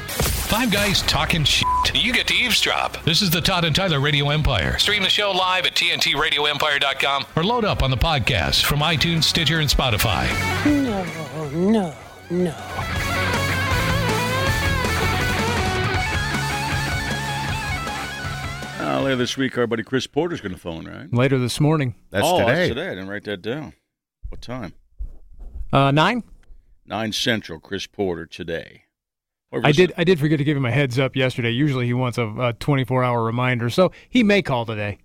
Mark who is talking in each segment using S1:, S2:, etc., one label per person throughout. S1: Five guys talking shit.
S2: You get to eavesdrop.
S1: This is the Todd and Tyler Radio Empire.
S2: Stream the show live at TNTRadioEmpire.com.
S1: Or load up on the podcast from iTunes, Stitcher, and Spotify.
S3: No, no, no.
S4: Uh, later this week, our buddy Chris Porter's going to phone, right?
S5: Later this morning,
S6: That's
S4: oh,
S6: today.
S4: That's today. I didn't write that down. What time?
S5: uh, nine.
S4: Nine Central. Chris Porter today. Or
S5: I
S4: was
S5: did.
S4: it-
S5: I did forget to give him a heads up yesterday. Usually, he wants a, a 24-hour reminder, so he may call today.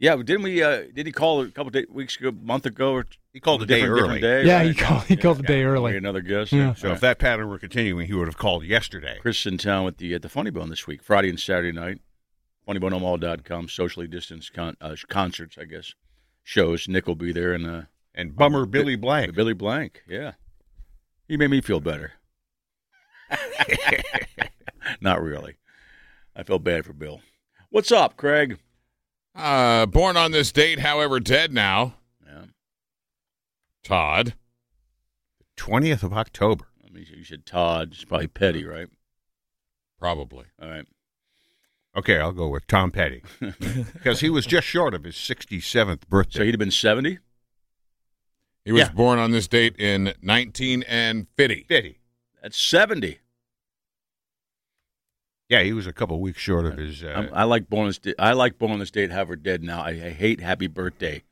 S4: yeah, but didn't we? Uh, did he call a couple day, weeks ago, month ago? Or
S6: He called a day
S4: different,
S6: early.
S4: different day,
S5: yeah,
S4: right?
S5: he called. He called the day
S4: Maybe
S5: early.
S4: Another guest.
S5: Yeah.
S6: So if that pattern were continuing, he would have called yesterday.
S4: Chris in town with the at the Funny Bone this week, Friday and Saturday night. FunnyBoneOmaha.com. Socially distanced con- uh, concerts, I guess. Shows. Nick will be there, and uh,
S6: And bummer Billy Blank.
S4: Billy Blank. Yeah, he made me feel better. Not really. I felt bad for Bill. What's up, Craig?
S7: Uh, born on this date, however dead now.
S4: Yeah,
S7: Todd.
S6: 20th of October.
S4: I mean, you said Todd. It's probably petty, right?
S7: Uh, Probably.
S4: All right.
S6: Okay, I'll go with Tom Petty because he was just short of his 67th
S4: So
S6: birthday.
S4: he'd have been seventy.
S7: He was
S6: Yeah.
S7: born on this date in 1950.
S6: Petty.
S4: That's seventy.
S6: Yeah, he was a couple weeks short of his. Uh,
S4: I'm, I like bonus. I like bonus date. However, dead now. I, I hate happy birthday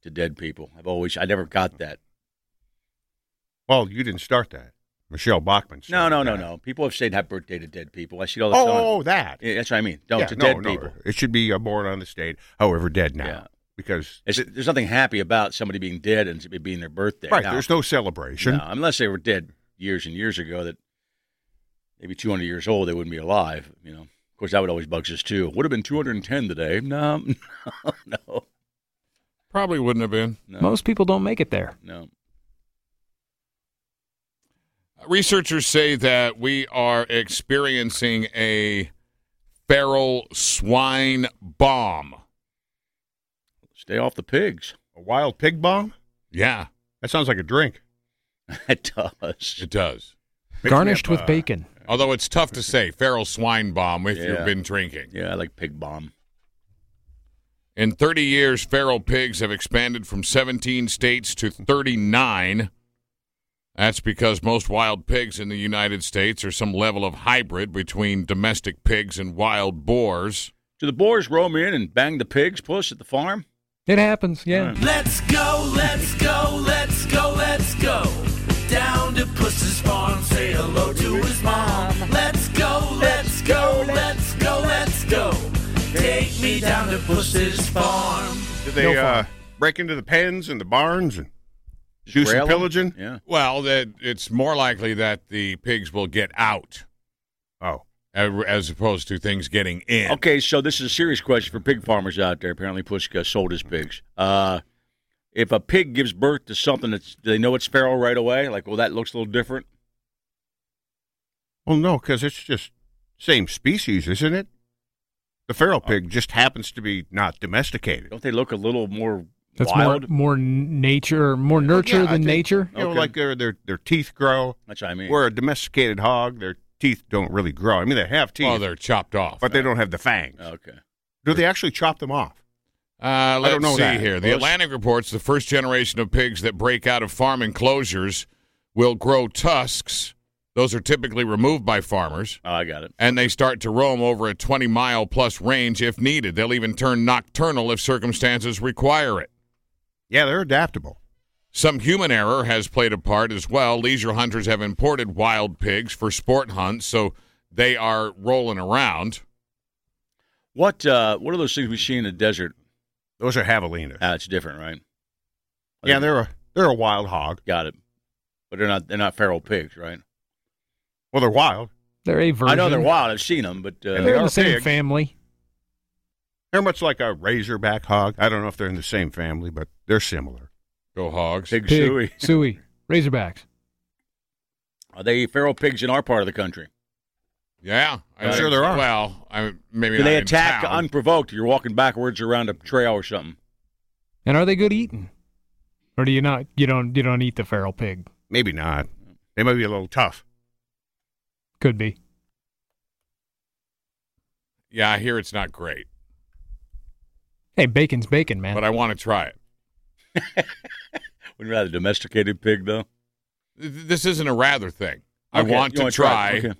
S4: to dead people. I've always. I never got that.
S6: well, you didn't start that. Michelle Bachman.
S4: No,
S6: started
S4: no, no,
S6: that.
S4: no. People have said happy birthday to dead people. I see it all the time.
S6: Oh, oh, that.
S4: Yeah, that's what I mean. No,
S6: Yeah,
S4: to
S6: no,
S4: dead
S6: no.
S4: people.
S6: It should be uh, born on this date, however dead now,
S4: Yeah.
S6: because
S4: It's, there's nothing happy about somebody being dead and it being their birthday.
S6: right
S4: No,
S6: there's no celebration.
S4: no, unless they were dead years and years ago. That maybe 200 years old, they wouldn't be alive. You know. Of course, that would always bugs us too. Would have been 210 today. No, no, no,
S7: Probably wouldn't have been.
S4: no.
S5: Most people don't make it there.
S4: no.
S7: Researchers say that we are experiencing a feral swine bomb.
S4: Stay off the pigs.
S6: A wild pig bomb.
S7: Yeah,
S6: That sounds like a drink.
S4: It does.
S7: it does.
S6: Makes me
S5: Garnished
S6: have,
S5: with
S6: uh,
S5: bacon.
S7: Although it's tough to say feral swine bomb if
S4: Yeah.
S7: you've been drinking.
S4: Yeah, I like pig bomb.
S7: In 30 years, feral pigs have expanded from 17 states to 39. That's because most wild pigs in the United States are some level of hybrid between domestic pigs and wild boars.
S4: Do the boars roam in and bang the pigs, puss, at the farm?
S5: It happens. Yeah.
S8: Let's go, let's go, let's go, let's go. Down to Puss's farm, say hello to his mom. Let's go, let's go, let's go, let's go. Take me down to Puss's farm.
S6: Did they uh, break into the pens and the barns and
S4: Just
S6: do some
S4: rail 'em?
S6: pillaging?
S4: Yeah.
S7: Well, that it's more likely that the pigs will get out
S6: Oh,
S7: uh, as opposed to things getting in.
S4: Okay, so this is a serious question for pig farmers out there. Apparently, Puss uh, sold his pigs. Uh, if a pig gives birth to something that's, do they know it's feral right away? Like, well, that looks a little different.
S6: well, no, because it's just same species, isn't it? The feral pig just happens to be not domesticated.
S4: Don't they look a little more
S5: That's
S4: wild?
S5: more more nature, more nurture
S6: Yeah, I
S5: than
S6: think,
S5: nature.
S6: You know,
S4: Okay.
S6: like their their their teeth grow.
S4: That's what I mean.
S6: Where a domesticated hog, their teeth don't really grow. I mean, they have teeth,
S7: Well, they're chopped off.
S6: but they don't have the fangs.
S4: okay.
S6: Do they actually chop them off?
S7: Uh, let's
S6: don't know
S7: see
S6: that.
S7: here. The
S6: Well, it's-
S7: Atlantic reports the first generation of pigs that break out of farm enclosures will grow tusks. Those are typically removed by farmers,
S4: Oh, I got it.
S7: and they start to roam over a 20 mile plus range if needed. They'll even turn nocturnal if circumstances require it.
S6: Yeah, they're adaptable.
S7: Some human error has played a part as well. Leisure hunters have imported wild pigs for sport hunts, so they are rolling around.
S4: What uh, What are those things we see in the desert?
S6: Those are javelinas.
S4: Ah, it's different, right?
S6: yeah, they're a they're a wild hog.
S4: got it. But they're not. They're not feral pigs, right?
S6: Well, they're wild.
S5: They're a version.
S4: I know they're wild. I've seen them, but uh,
S6: And
S5: They're
S6: they
S5: in
S6: are
S5: the same
S6: pigs.
S5: family.
S6: They're much like a razorback hog. I don't know if they're in the same family, but they're similar.
S7: Go hogs.
S4: pig
S5: Pig,
S4: suey.
S5: suey, Razorbacks.
S4: Are they feral pigs in our part of the country?
S7: Yeah. I
S4: I'm
S7: think-
S6: sure there are.
S7: Well, I, maybe
S4: Do
S7: not
S4: they
S7: in
S4: attack
S7: town.
S4: unprovoked? You're walking backwards around a trail or something.
S5: And are they good eating? Or do you not? You don't. You don't eat the feral pig.
S6: Maybe not. They might be a little tough.
S5: Could be.
S7: Yeah, I hear it's not great,
S5: Hey, bacon's bacon, man.
S7: but I want to try it.
S4: Would you rather domesticated pig though?
S7: Th- This isn't a rather thing. I
S4: Okay,
S7: want
S4: you
S7: to
S4: wanna
S7: try
S4: it. Okay.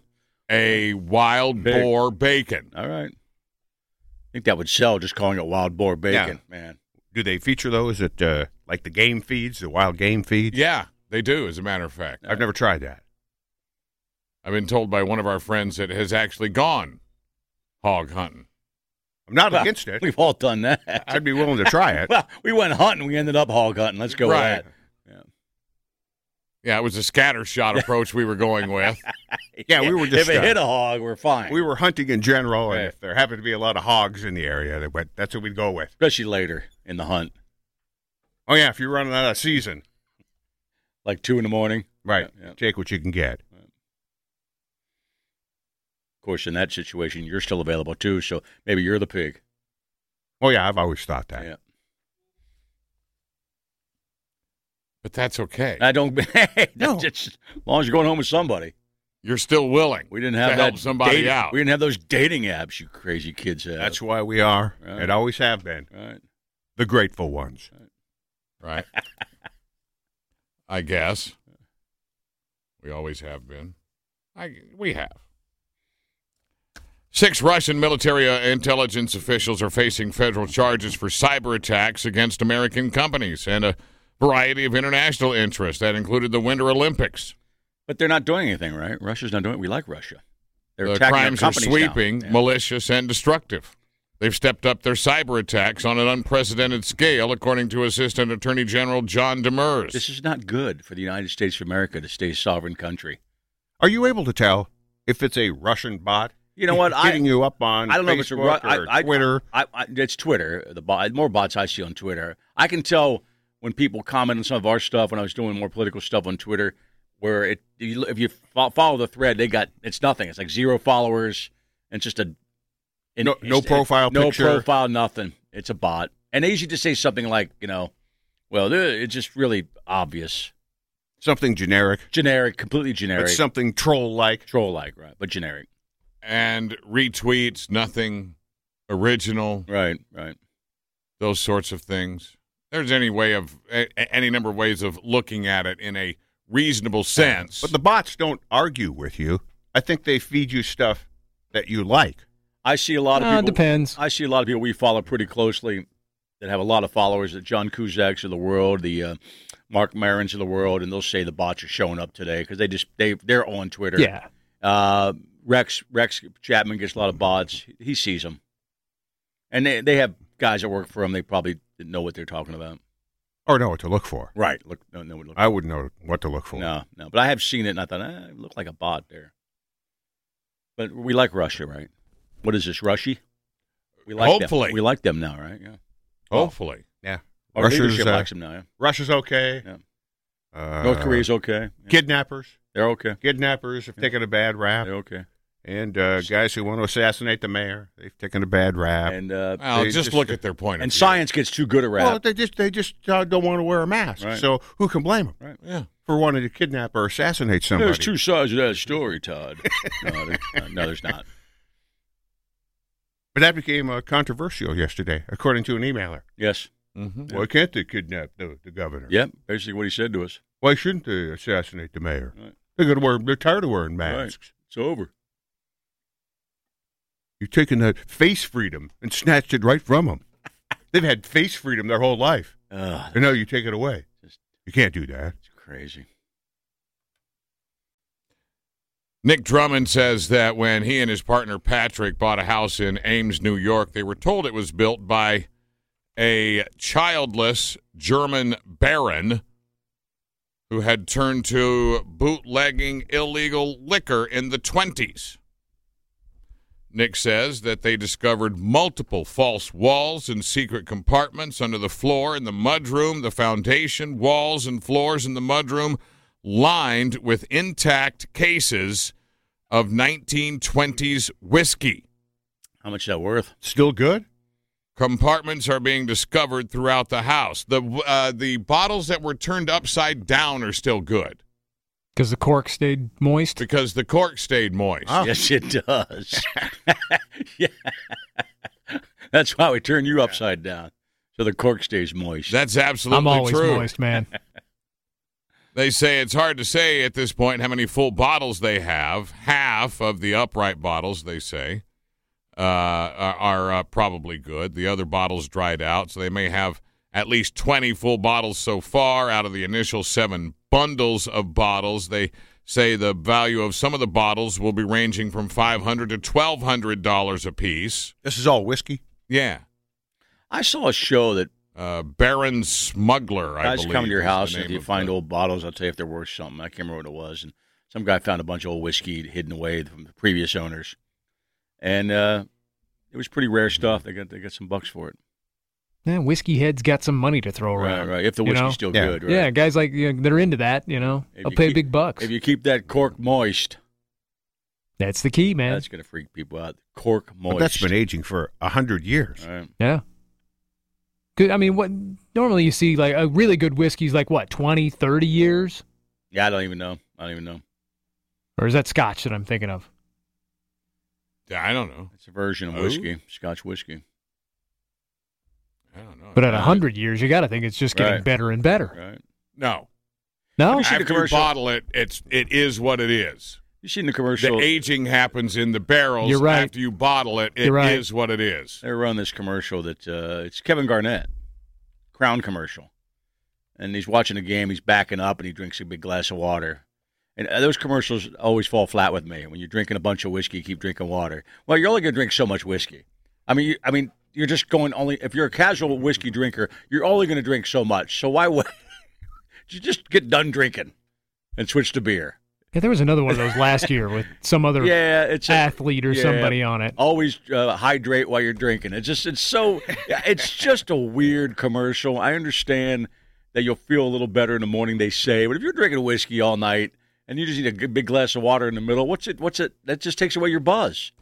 S7: a wild
S4: Pig.
S7: boar bacon.
S4: All right. I think that would sell just calling it wild boar bacon, man.
S6: Do they feature those at uh, like the game feeds, the wild game feeds?
S7: Yeah, they do, as a matter of fact.
S6: I've never tried that.
S7: I've been told by one of our friends that has actually gone hog hunting.
S6: I'm not against it.
S4: We've all done that.
S6: I'd be willing to try it.
S4: well, we went hunting. We ended up hog hunting. Let's go
S7: Right.
S4: with
S7: Yeah, it was a scatter shot approach we were going with.
S4: that.
S6: Yeah, we were just,
S4: If it
S6: uh,
S4: hit a hog, we're fine.
S6: We were hunting in general, and
S4: Right.
S6: if there happened to be a lot of hogs in the area, that went, that's what we'd go with.
S4: Especially later in the hunt,
S6: Oh yeah, if you're running out of season,
S4: like two in the morning.
S6: right?
S4: Yeah, yeah.
S6: Take what you can get.
S4: Of course, in that situation, you're still available too. So maybe you're the pig.
S6: Oh yeah, I've always thought that.
S4: Yeah.
S7: But that's okay.
S4: I don't. hey,
S5: No.
S4: just, as long as you're going home with somebody.
S7: You're still willing.
S4: We didn't have
S7: to
S4: that
S7: help somebody
S4: dating-
S7: out.
S4: We didn't have those dating apps. You crazy kids have.
S6: That's why we are,
S4: Yeah.
S6: and always have been,
S4: right.
S6: the grateful ones.
S7: Right. I guess. We always have been. I we have. Six Russian military uh, intelligence officials are facing federal charges for cyber attacks against American companies and a variety of international interests that included the Winter Olympics.
S4: But they're not doing anything, right? Russia's not doing it. We like Russia. They're
S7: the
S4: attacking our
S7: crimes are
S4: companies now.
S7: sweeping,
S4: Yeah.
S7: malicious, and destructive. They've stepped up their cyber attacks on an unprecedented scale, according to Assistant Attorney General John Demers.
S4: This is not good for the United States of America to stay a sovereign country.
S6: Are you able to tell if it's a Russian bot?
S4: You know what? I-
S6: Getting you up on
S4: I don't know if it's a Ru-
S6: Facebook or
S4: I, I,
S6: Twitter.
S4: I, I, it's Twitter. The bot, more bots I see on Twitter. I can tell when people comment on some of our stuff when I was doing more political stuff on Twitter, where it you- if you fo- follow the thread, they got it's nothing. It's like zero followers. And it's just a and
S6: No-
S4: it's-
S6: no
S4: it-
S6: profile
S4: no
S6: picture.
S4: profile, nothing. It's a bot, and they usually just say something like, you know, well, th- it's just really obvious,
S6: something generic,
S4: generic, completely
S6: but
S4: generic,
S6: something troll-like.
S4: troll like, right? But generic,
S7: and retweets, nothing original,
S4: right, right.
S7: those sorts of things. There's any way of a, a- any number of ways of looking at it in a reasonable sense.
S6: But the bots don't argue with you. I think they feed you stuff that you like.
S4: I see a lot of
S5: Uh,
S4: people.
S5: depends.
S4: I see a lot of people we follow pretty closely that have a lot of followers. The John Kuzaks of the world, the uh, Mark Marins of the world, and they'll say the bots are showing up today because they just they they're on Twitter.
S5: Yeah.
S4: Uh, Rex Rex Chapman gets a lot of bots. He sees them, and they they have guys that work for him. They probably didn't know what they're talking about.
S6: or know what to look for.
S4: Right. Look. No. No. Look,
S6: I wouldn't know what to look for.
S4: no. No. But I have seen it, and I thought, eh, it looked like a bot there. But we like Russia, right? What is this, Russia? We like
S7: Hopefully.
S4: them. we like them now, right? Yeah.
S7: Hopefully.
S6: Yeah.
S4: Our
S6: Russia's,
S4: leadership
S6: uh,
S4: likes them now. yeah.
S6: Russia's okay.
S4: Yeah.
S6: Uh,
S4: North Korea's okay. Yeah.
S6: Kidnappers.
S4: They're okay.
S6: Kidnappers have taken a bad rap.
S4: They're okay.
S6: And uh, guys who want to assassinate the mayor, they've taken a bad rap.
S4: And uh,
S7: Well,
S6: They
S7: just,
S6: just-
S7: look at their point of
S4: and
S7: view.
S4: science gets too good a rap.
S6: well, they just they just uh, don't want to wear a mask.
S4: Right.
S6: So who can blame them
S7: Yeah.
S6: for wanting to kidnap or assassinate somebody?
S4: there's two sides of that story, Todd. no, there's not. no, there's not.
S6: But that became uh, controversial yesterday, according to an emailer.
S4: Yes.
S7: hmm
S4: Mm-hmm.
S6: Why can't they kidnap the, the governor?
S4: Yep. Basically, what he said to us.
S6: Why shouldn't they assassinate the mayor?
S4: Right.
S6: They're gonna wear. They're tired of wearing
S4: Right.
S6: masks.
S4: It's over.
S6: You've taken that face freedom and snatched it right from them. They've had face freedom their whole life,
S4: Ugh,
S6: and now you take it away.
S4: Just-
S6: You can't do that.
S4: it's crazy.
S7: Nick Drummond says that when he and his partner Patrick bought a house in Ames, New York, they were told it was built by a childless German baron who had turned to bootlegging illegal liquor in the 20s. Nick says that they discovered multiple false walls and secret compartments under the floor in the mudroom, the foundation, walls, and floors in the mudroom lined with intact cases of 1920s whiskey.
S4: How much is that worth?
S6: Still good?
S7: Compartments are being discovered throughout the house. The uh, the bottles that were turned upside down are still good.
S5: because the cork stayed moist.
S7: because the cork stayed moist.
S4: Yes, it does. yeah. That's why we turn you upside down so the cork stays moist.
S7: That's absolutely
S5: I'm always
S7: true.
S5: moist, man.
S7: They say it's hard to say at this point how many full bottles they have. Half of the upright bottles, they say, uh, are, are uh, probably good. The other bottles dried out, so they may have at least 20 full bottles so far out of the initial seven bundles of bottles. They say the value of some of the bottles will be ranging from 500 to $1,200 a piece.
S6: This is all whiskey.
S7: Yeah.
S4: I saw a show that
S7: Uh, Baron Smuggler, I
S4: guys
S7: believe.
S4: come to your
S7: is the
S4: house and if
S7: name
S4: you
S7: of
S4: find
S7: the-
S4: old bottles, I'll tell you if they're worth something. I can't remember what it was. And some guy found a bunch of old whiskey hidden away from the previous owners, and uh, it was pretty rare stuff. They got they got some bucks for it.
S5: Yeah, whiskey heads got some money to throw
S4: Right,
S5: around.
S4: right. If the
S5: you
S4: whiskey's
S5: know?
S4: still
S6: Yeah.
S4: good, right?
S5: Yeah, guys like you know, they're into that. You know,
S4: If
S5: they'll
S4: you
S5: pay
S4: keep-
S5: big bucks.
S4: If you keep that cork moist,
S5: That's the key, man.
S4: that's gonna freak people out. Cork moist.
S6: But that's been aging for a hundred years.
S4: All right.
S5: Yeah. Good. I mean, what normally you see like a really good whiskey's like what 20, 30 years,
S4: Yeah, I don't even know. I don't even know.
S5: or is that Scotch that I'm thinking of?
S7: I don't know.
S4: It's a version of
S7: Oh.
S4: whiskey, Scotch whiskey.
S7: I don't know.
S5: But at hundred years, you got to think it's just getting
S4: Right.
S5: better and better.
S4: Right.
S7: No.
S5: No,
S4: seen the
S7: After you
S4: commercial?
S7: bottle it, it's it is what it is.
S4: You seen the
S7: The
S4: commercial?
S7: aging happens in the barrels.
S5: You're right.
S7: After you bottle it, it is
S5: You're right.
S7: what it is.
S4: they run this commercial that uh, it's Kevin Garnett, Crown commercial, and he's watching a game. He's backing up and he drinks a big glass of water. And uh, those commercials always fall flat with me. When you're drinking a bunch of whiskey, you keep drinking water. Well, you're only gonna drink so much whiskey. I mean, you, I mean, you're just going only if you're a casual whiskey drinker, you're only gonna drink so much. So why would you just get done drinking and switch to beer?
S5: yeah, there was another one of those last year with some other
S4: Yeah, it's a-
S5: athlete or
S4: yeah.
S5: somebody on it.
S4: always uh, hydrate while you're drinking. It's just it's so it's just a weird commercial. I understand that you'll feel a little better in the morning they say, but if you're drinking whiskey all night and you just need a g- big glass of water in the middle, what's it what's it that just takes away your buzz.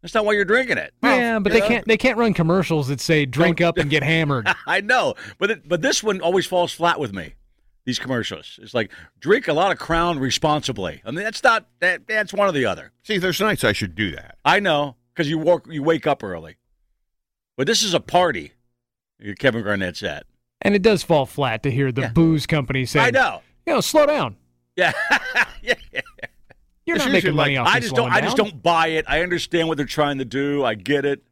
S4: That's not why you're drinking it.
S5: yeah, but they
S4: Oh, Yeah.
S5: can't they can't run commercials that say drink up and get hammered.
S4: I know, but it, but this one always falls flat with me. These commercials. It's like drink a lot of Crown responsibly. I mean that's not that that's one or the other.
S6: See, there's nights I should do that.
S4: I know because you walk, you wake up early. But this is a party. that Kevin Garnett's at.
S5: And it does fall flat to hear the
S4: Yeah.
S5: booze company say,
S4: I know.
S5: you know, slow down.
S4: Yeah. yeah.
S5: You're
S6: It's
S5: not
S6: usually
S5: making money
S6: like,
S5: off
S4: I
S5: me
S4: just don't.
S5: slowing
S4: I just
S5: down."
S4: don't buy it. I understand what they're trying to do. I get it.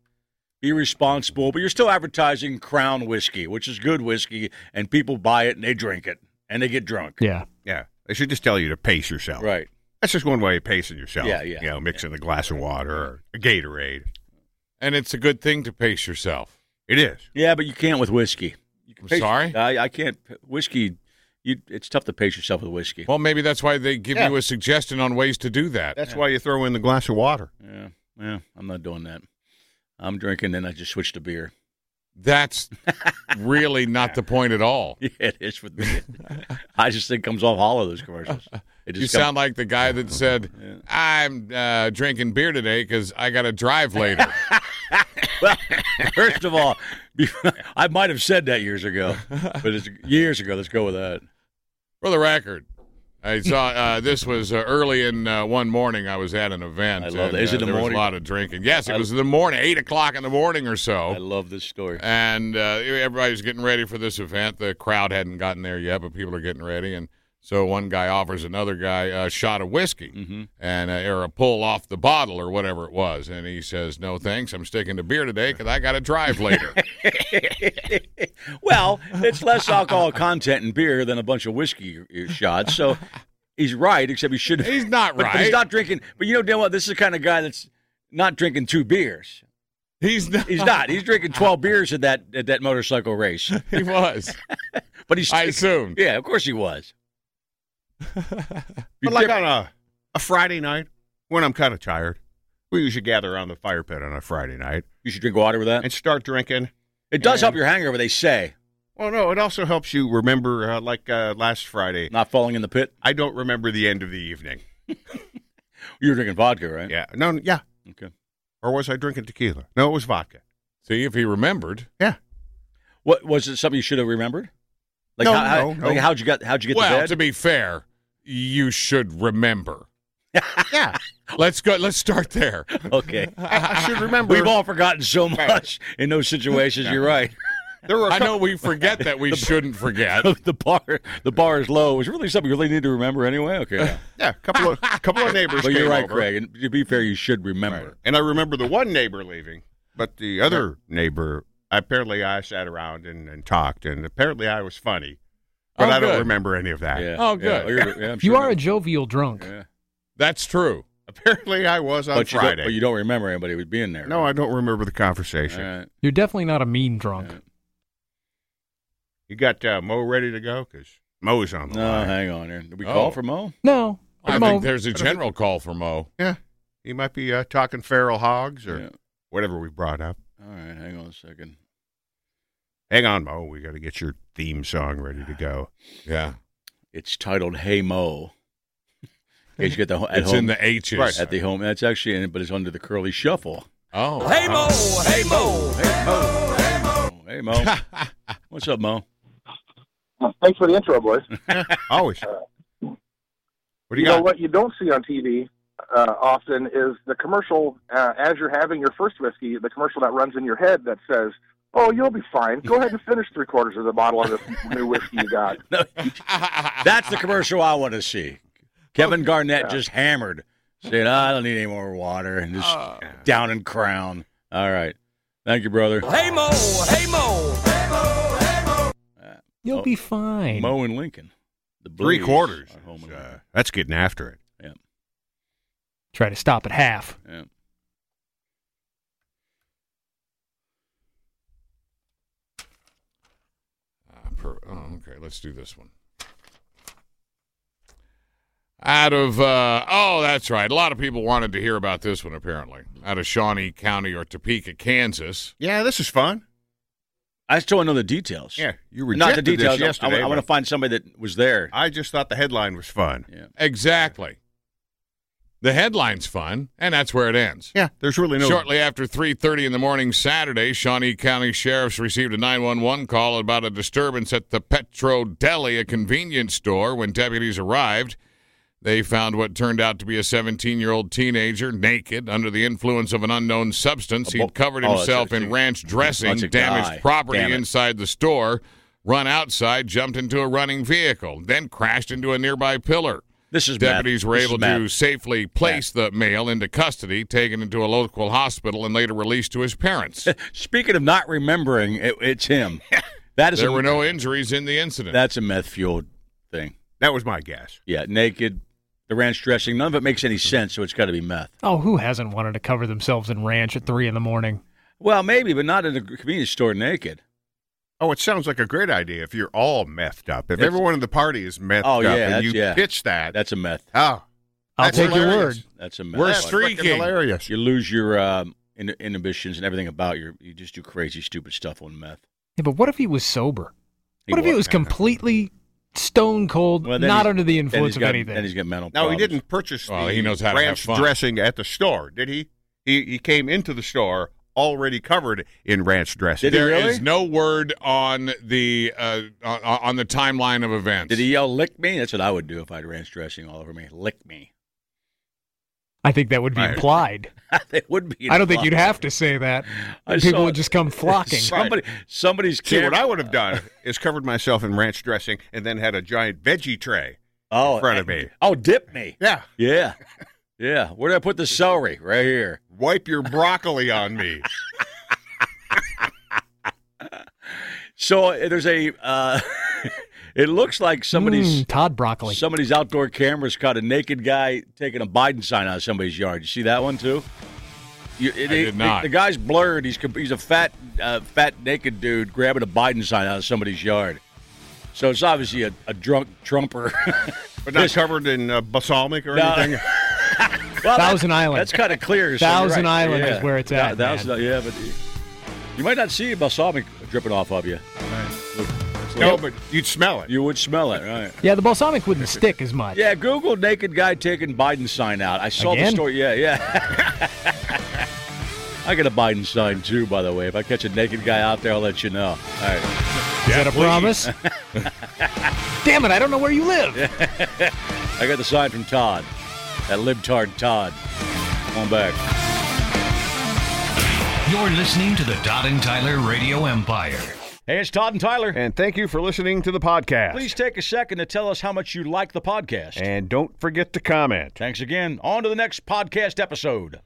S4: Be responsible, but you're still advertising Crown whiskey, which is good whiskey, and people buy it and they drink it and they get drunk.
S5: Yeah,
S6: Yeah, they should just tell you to pace yourself.
S4: Right.
S6: That's just one way of pacing yourself.
S4: Yeah, yeah.
S6: You know, mixing a glass of water or a Gatorade.
S7: And it's a good thing to pace yourself.
S6: It is.
S4: Yeah, but you can't with whiskey. You
S7: I'm sorry?
S4: I, I can't. Whiskey. You, it's tough to pace yourself with whiskey.
S7: Well, maybe that's why they give
S6: Yeah.
S7: you a suggestion on ways to do that.
S6: That's why you throw in the glass of water.
S4: Yeah, yeah, I'm not doing that. I'm drinking, and I just switch to beer.
S7: That's really not the point at all.
S4: Yeah, it is with me. I just think it comes off hollow those commercials. It
S7: You
S4: just comes-
S7: sound like the guy that said, "I'm uh, drinking beer today because I got to drive later."
S4: first of all, I might have said that years ago, but it's years ago. Let's go with that.
S7: For the record, I saw uh, this was uh, early in uh, one morning. I was at an event.
S4: I love
S7: and,
S4: that. Is it
S7: uh,
S4: the
S7: there was
S4: morning?
S7: a lot of drinking. Yes, it was in the morning, eight o'clock in the morning or
S4: I
S7: so,
S4: love this story.
S7: and uh, everybody was getting ready for this event. The crowd hadn't gotten there yet, but people are getting ready, and so one guy offers another guy a shot of whiskey
S4: Mm-hmm.
S7: and uh, or a pull off the bottle or whatever it was, and he says, "No thanks, I'm sticking to beer today because I got to drive later."
S4: Well, it's less alcohol content in beer than a bunch of whiskey uh, shots, so he's right. Except he should.
S7: He's not
S4: But, but he's
S7: right.
S4: not drinking. But you know, Dan, what? This is the kind of guy that's not drinking two beers.
S7: He's not.
S4: He's not. He's drinking twelve beers at that at that motorcycle race.
S7: He was.
S4: But he's.
S7: I assumed.
S4: Yeah, of course he was.
S6: But like on a, a Friday night when I'm kind of tired, we usually gather around the fire pit on a Friday night
S4: You should drink water with that.
S6: and start drinking.
S4: It does help your hangover, they say.
S6: Well, no, it also helps you remember, uh, like uh, last Friday,
S4: Not falling in the pit.
S6: I don't remember the end of the evening.
S4: You were drinking vodka, right?
S6: Yeah. No, yeah.
S4: Okay.
S6: Or was I drinking tequila? No, it was vodka.
S7: See if he remembered.
S6: Yeah.
S4: What was it? Something you should have remembered? Like
S6: No,
S4: how,
S6: no,
S4: how
S6: no.
S4: like how'd you get how'd you get
S7: well,
S4: to
S7: to
S4: bed?
S7: be fair, you should remember.
S6: Yeah,
S7: Let's go. Let's start there.
S4: Okay.
S6: I should remember.
S4: We've all forgotten so much in those situations. You're right.
S6: there were a
S7: I
S6: couple-
S7: know we forget that we shouldn't forget.
S4: the bar, the bar is low. It's really something you really need to remember anyway. Okay. yeah.
S6: Yeah, a couple of a couple of neighbors.
S4: But you're
S6: came
S4: right,
S6: over.
S4: Craig. And to be fair, you should remember.
S6: And I remember the one neighbor leaving, but the other neighbor. Apparently, I sat around and, and talked, and apparently, I was funny. But
S7: Oh,
S6: I don't
S7: good.
S6: remember any of that.
S4: Yeah.
S7: Oh,
S4: yeah.
S7: good.
S4: you're- yeah, I'm
S5: You
S4: sure
S5: are a
S4: that-
S5: jovial drunk.
S4: Yeah.
S7: That's true.
S6: Apparently, I was on
S4: But you, don't,
S6: Friday.
S4: but you don't remember anybody was being there.
S6: no, I don't remember the
S4: All
S6: conversation.
S4: right.
S5: You're definitely not a mean drunk.
S6: You got uh, Mo ready to go because Mo's on the
S4: No,
S6: line.
S4: Oh, hang on here. Did we
S7: Oh.
S4: call for Mo?
S5: No,
S7: I
S5: Mo,
S7: think there's a general call for Mo.
S6: Yeah, he might be uh, talking feral hogs or
S4: Yeah.
S6: whatever we brought up.
S4: All right, hang on a second.
S6: Hang on, Mo. We got to get your theme song ready to go.
S7: Yeah,
S4: It's titled "Hey Mo." In case you get the ho- at
S7: it's
S4: home
S7: in the H's.
S6: Right.
S4: at the home. That's actually in it, but it's under the curly shuffle.
S7: Oh,
S8: Hey Mo, hey Mo,
S4: Oh, hey Mo, what's up, Mo?
S9: Uh, Thanks for the intro, boys. You
S6: Always. What do you
S9: know
S6: got?
S9: what you don't see on TV uh, often is the commercial uh, as you're having your first whiskey. The commercial that runs in your head that says, "Oh, you'll be fine. Go ahead and finish three quarters of the bottle of this new whiskey you got."
S4: That's the commercial I want to see. Kevin Garnett just hammered, saying, "I don't need any more water," and just down and crown. All right, thank you, brother.
S8: hey Mo, hey Mo.
S5: you'll
S4: Oh.
S5: be fine.
S4: Mo and Lincoln, the
S6: Three
S4: Blues
S6: quarters.
S4: are home and
S6: Uh,
S4: away.
S6: that's getting after it.
S5: Try to stop at half.
S4: Yeah.
S7: Uh, per- oh, okay, let's do this one. Out of uh, oh, that's right. A lot of people wanted to hear about this one. Apparently, out of Shawnee County or Topeka, Kansas.
S6: Yeah, this is fun.
S4: I still want to know the details.
S6: Yeah, you
S4: not the
S6: rejected
S4: details.
S6: this yesterday.
S4: I, I want to
S6: but
S4: find somebody that was there.
S6: I just thought the headline was fun.
S4: Yeah.
S7: Exactly. The headline's fun, and that's where it ends.
S6: Yeah, there's really no.
S7: Shortly after 3:30 in the morning Saturday, Shawnee County sheriffs received a 911 call about a disturbance at the Petro Deli, a convenience store. When deputies arrived, they found what turned out to be a 17-year-old teenager naked under the influence of an unknown substance.
S4: A bo-
S7: He'd covered
S4: oh, it's-
S7: himself
S4: it's
S7: in
S4: a-
S7: ranch dressing,
S4: it's a guy.
S7: damaged property
S4: Damn it.
S7: inside the store, run outside, jumped into a running vehicle, then crashed into a nearby pillar.
S4: This is
S7: Deputies
S4: meth.
S7: were
S4: This
S7: able
S4: is
S7: to
S4: meth.
S7: safely place the male into custody, taken into a local hospital, and later released to his parents.
S4: Speaking of not remembering, it, it's him. That is
S7: there
S4: a,
S7: were no injuries in the incident.
S4: That's a meth fueled thing.
S6: That was my guess.
S4: Yeah, naked, the ranch dressing. None of it makes any
S6: Mm-hmm.
S4: sense, so it's got to be meth.
S5: Oh, who hasn't wanted to cover themselves in ranch at three in the morning?
S4: Well, maybe, but not in a convenience store naked.
S6: Oh, it sounds like a great idea if you're all meffed up. If
S4: It's-
S6: everyone in the party is meth
S4: Oh,
S6: up
S4: yeah,
S6: and
S4: that's-
S6: you
S4: yeah.
S6: pitch that,
S4: That's a meth.
S6: oh,
S5: I'll
S6: That's
S5: take your
S6: hilarious.
S5: word.
S4: That's a meth.
S7: We're
S4: But
S7: street-
S6: freaking
S7: Freaking.
S6: hilarious.
S4: You lose your um, in, inhibitions and everything about your. You just do crazy, stupid stuff on meth.
S5: Yeah, but what if he was sober?
S4: He
S5: what if he
S4: wa-
S5: was completely stone cold,
S4: Well, then
S5: not
S4: he's-
S5: under the
S4: then
S5: influence
S4: he's
S5: of
S4: got-
S5: anything?
S4: Then he's got mental.
S6: Now he
S4: problems.
S6: didn't purchase
S7: Well,
S6: the
S7: he knows how to have
S6: ranch
S7: fun.
S6: dressing at the store, did he? He he came into the store already covered in ranch dressing.
S4: Did he
S7: There
S4: really?
S7: is no word on the uh, on, on the timeline of events.
S4: Did he yell "lick me"? That's what I would do if I had ranch dressing all over me. Lick me.
S5: I think that would be
S6: Right.
S5: implied.
S4: it would be.
S5: I don't think you'd have to say that.
S4: I saw-
S5: People would just come flocking.
S4: Somebody, somebody's
S6: See,
S4: camera-
S6: what I would have done is covered myself in ranch dressing and then had a giant veggie tray.
S4: oh,
S6: in front of me.
S4: Oh, dip me.
S6: Yeah,
S4: Yeah. Yeah. Where did I put the celery? Right here.
S6: wipe your broccoli on me.
S4: So uh, there's a. Uh, it looks like somebody's
S5: Mm, Todd Broccoli.
S4: somebody's outdoor cameras caught a naked guy taking a Biden sign out of somebody's yard. You see that one too? You, it,
S7: I
S4: it-
S7: did not.
S4: The, guy's blurred. He's com- he's a fat uh, fat naked dude grabbing a Biden sign out of somebody's yard. So it's obviously a, a drunk Trumper.
S6: But not covered in uh, balsamic or
S4: No.
S6: anything.
S4: Well, that-
S5: Thousand Island.
S4: That's kind of clear. so you're
S5: Thousand
S4: right.
S5: Island is where it's
S4: Thou-
S5: at,
S4: Thousand, yeah, but you might not see balsamic dripping off of you. Look, it's
S6: No,
S4: like-
S6: but you'd smell it.
S4: you would smell it, right?
S5: yeah, the balsamic wouldn't stick as much.
S4: Yeah, Google naked guy taking Biden sign out. I saw the
S5: Again?
S4: story. Yeah, yeah. I got a Biden sign too, by the way. If I catch a naked guy out there, I'll let you know. All right.
S5: Is that a promise? Damn it, I don't know where you live.
S4: I got the sign from Todd. That libtard Todd. Come on back.
S1: You're listening to the Todd and Tyler Radio Empire.
S4: Hey, it's Todd and Tyler.
S6: And thank you for listening to the podcast.
S4: Please take a second to tell us how much you like the podcast.
S6: And don't forget to comment.
S4: Thanks again. On to the next podcast episode.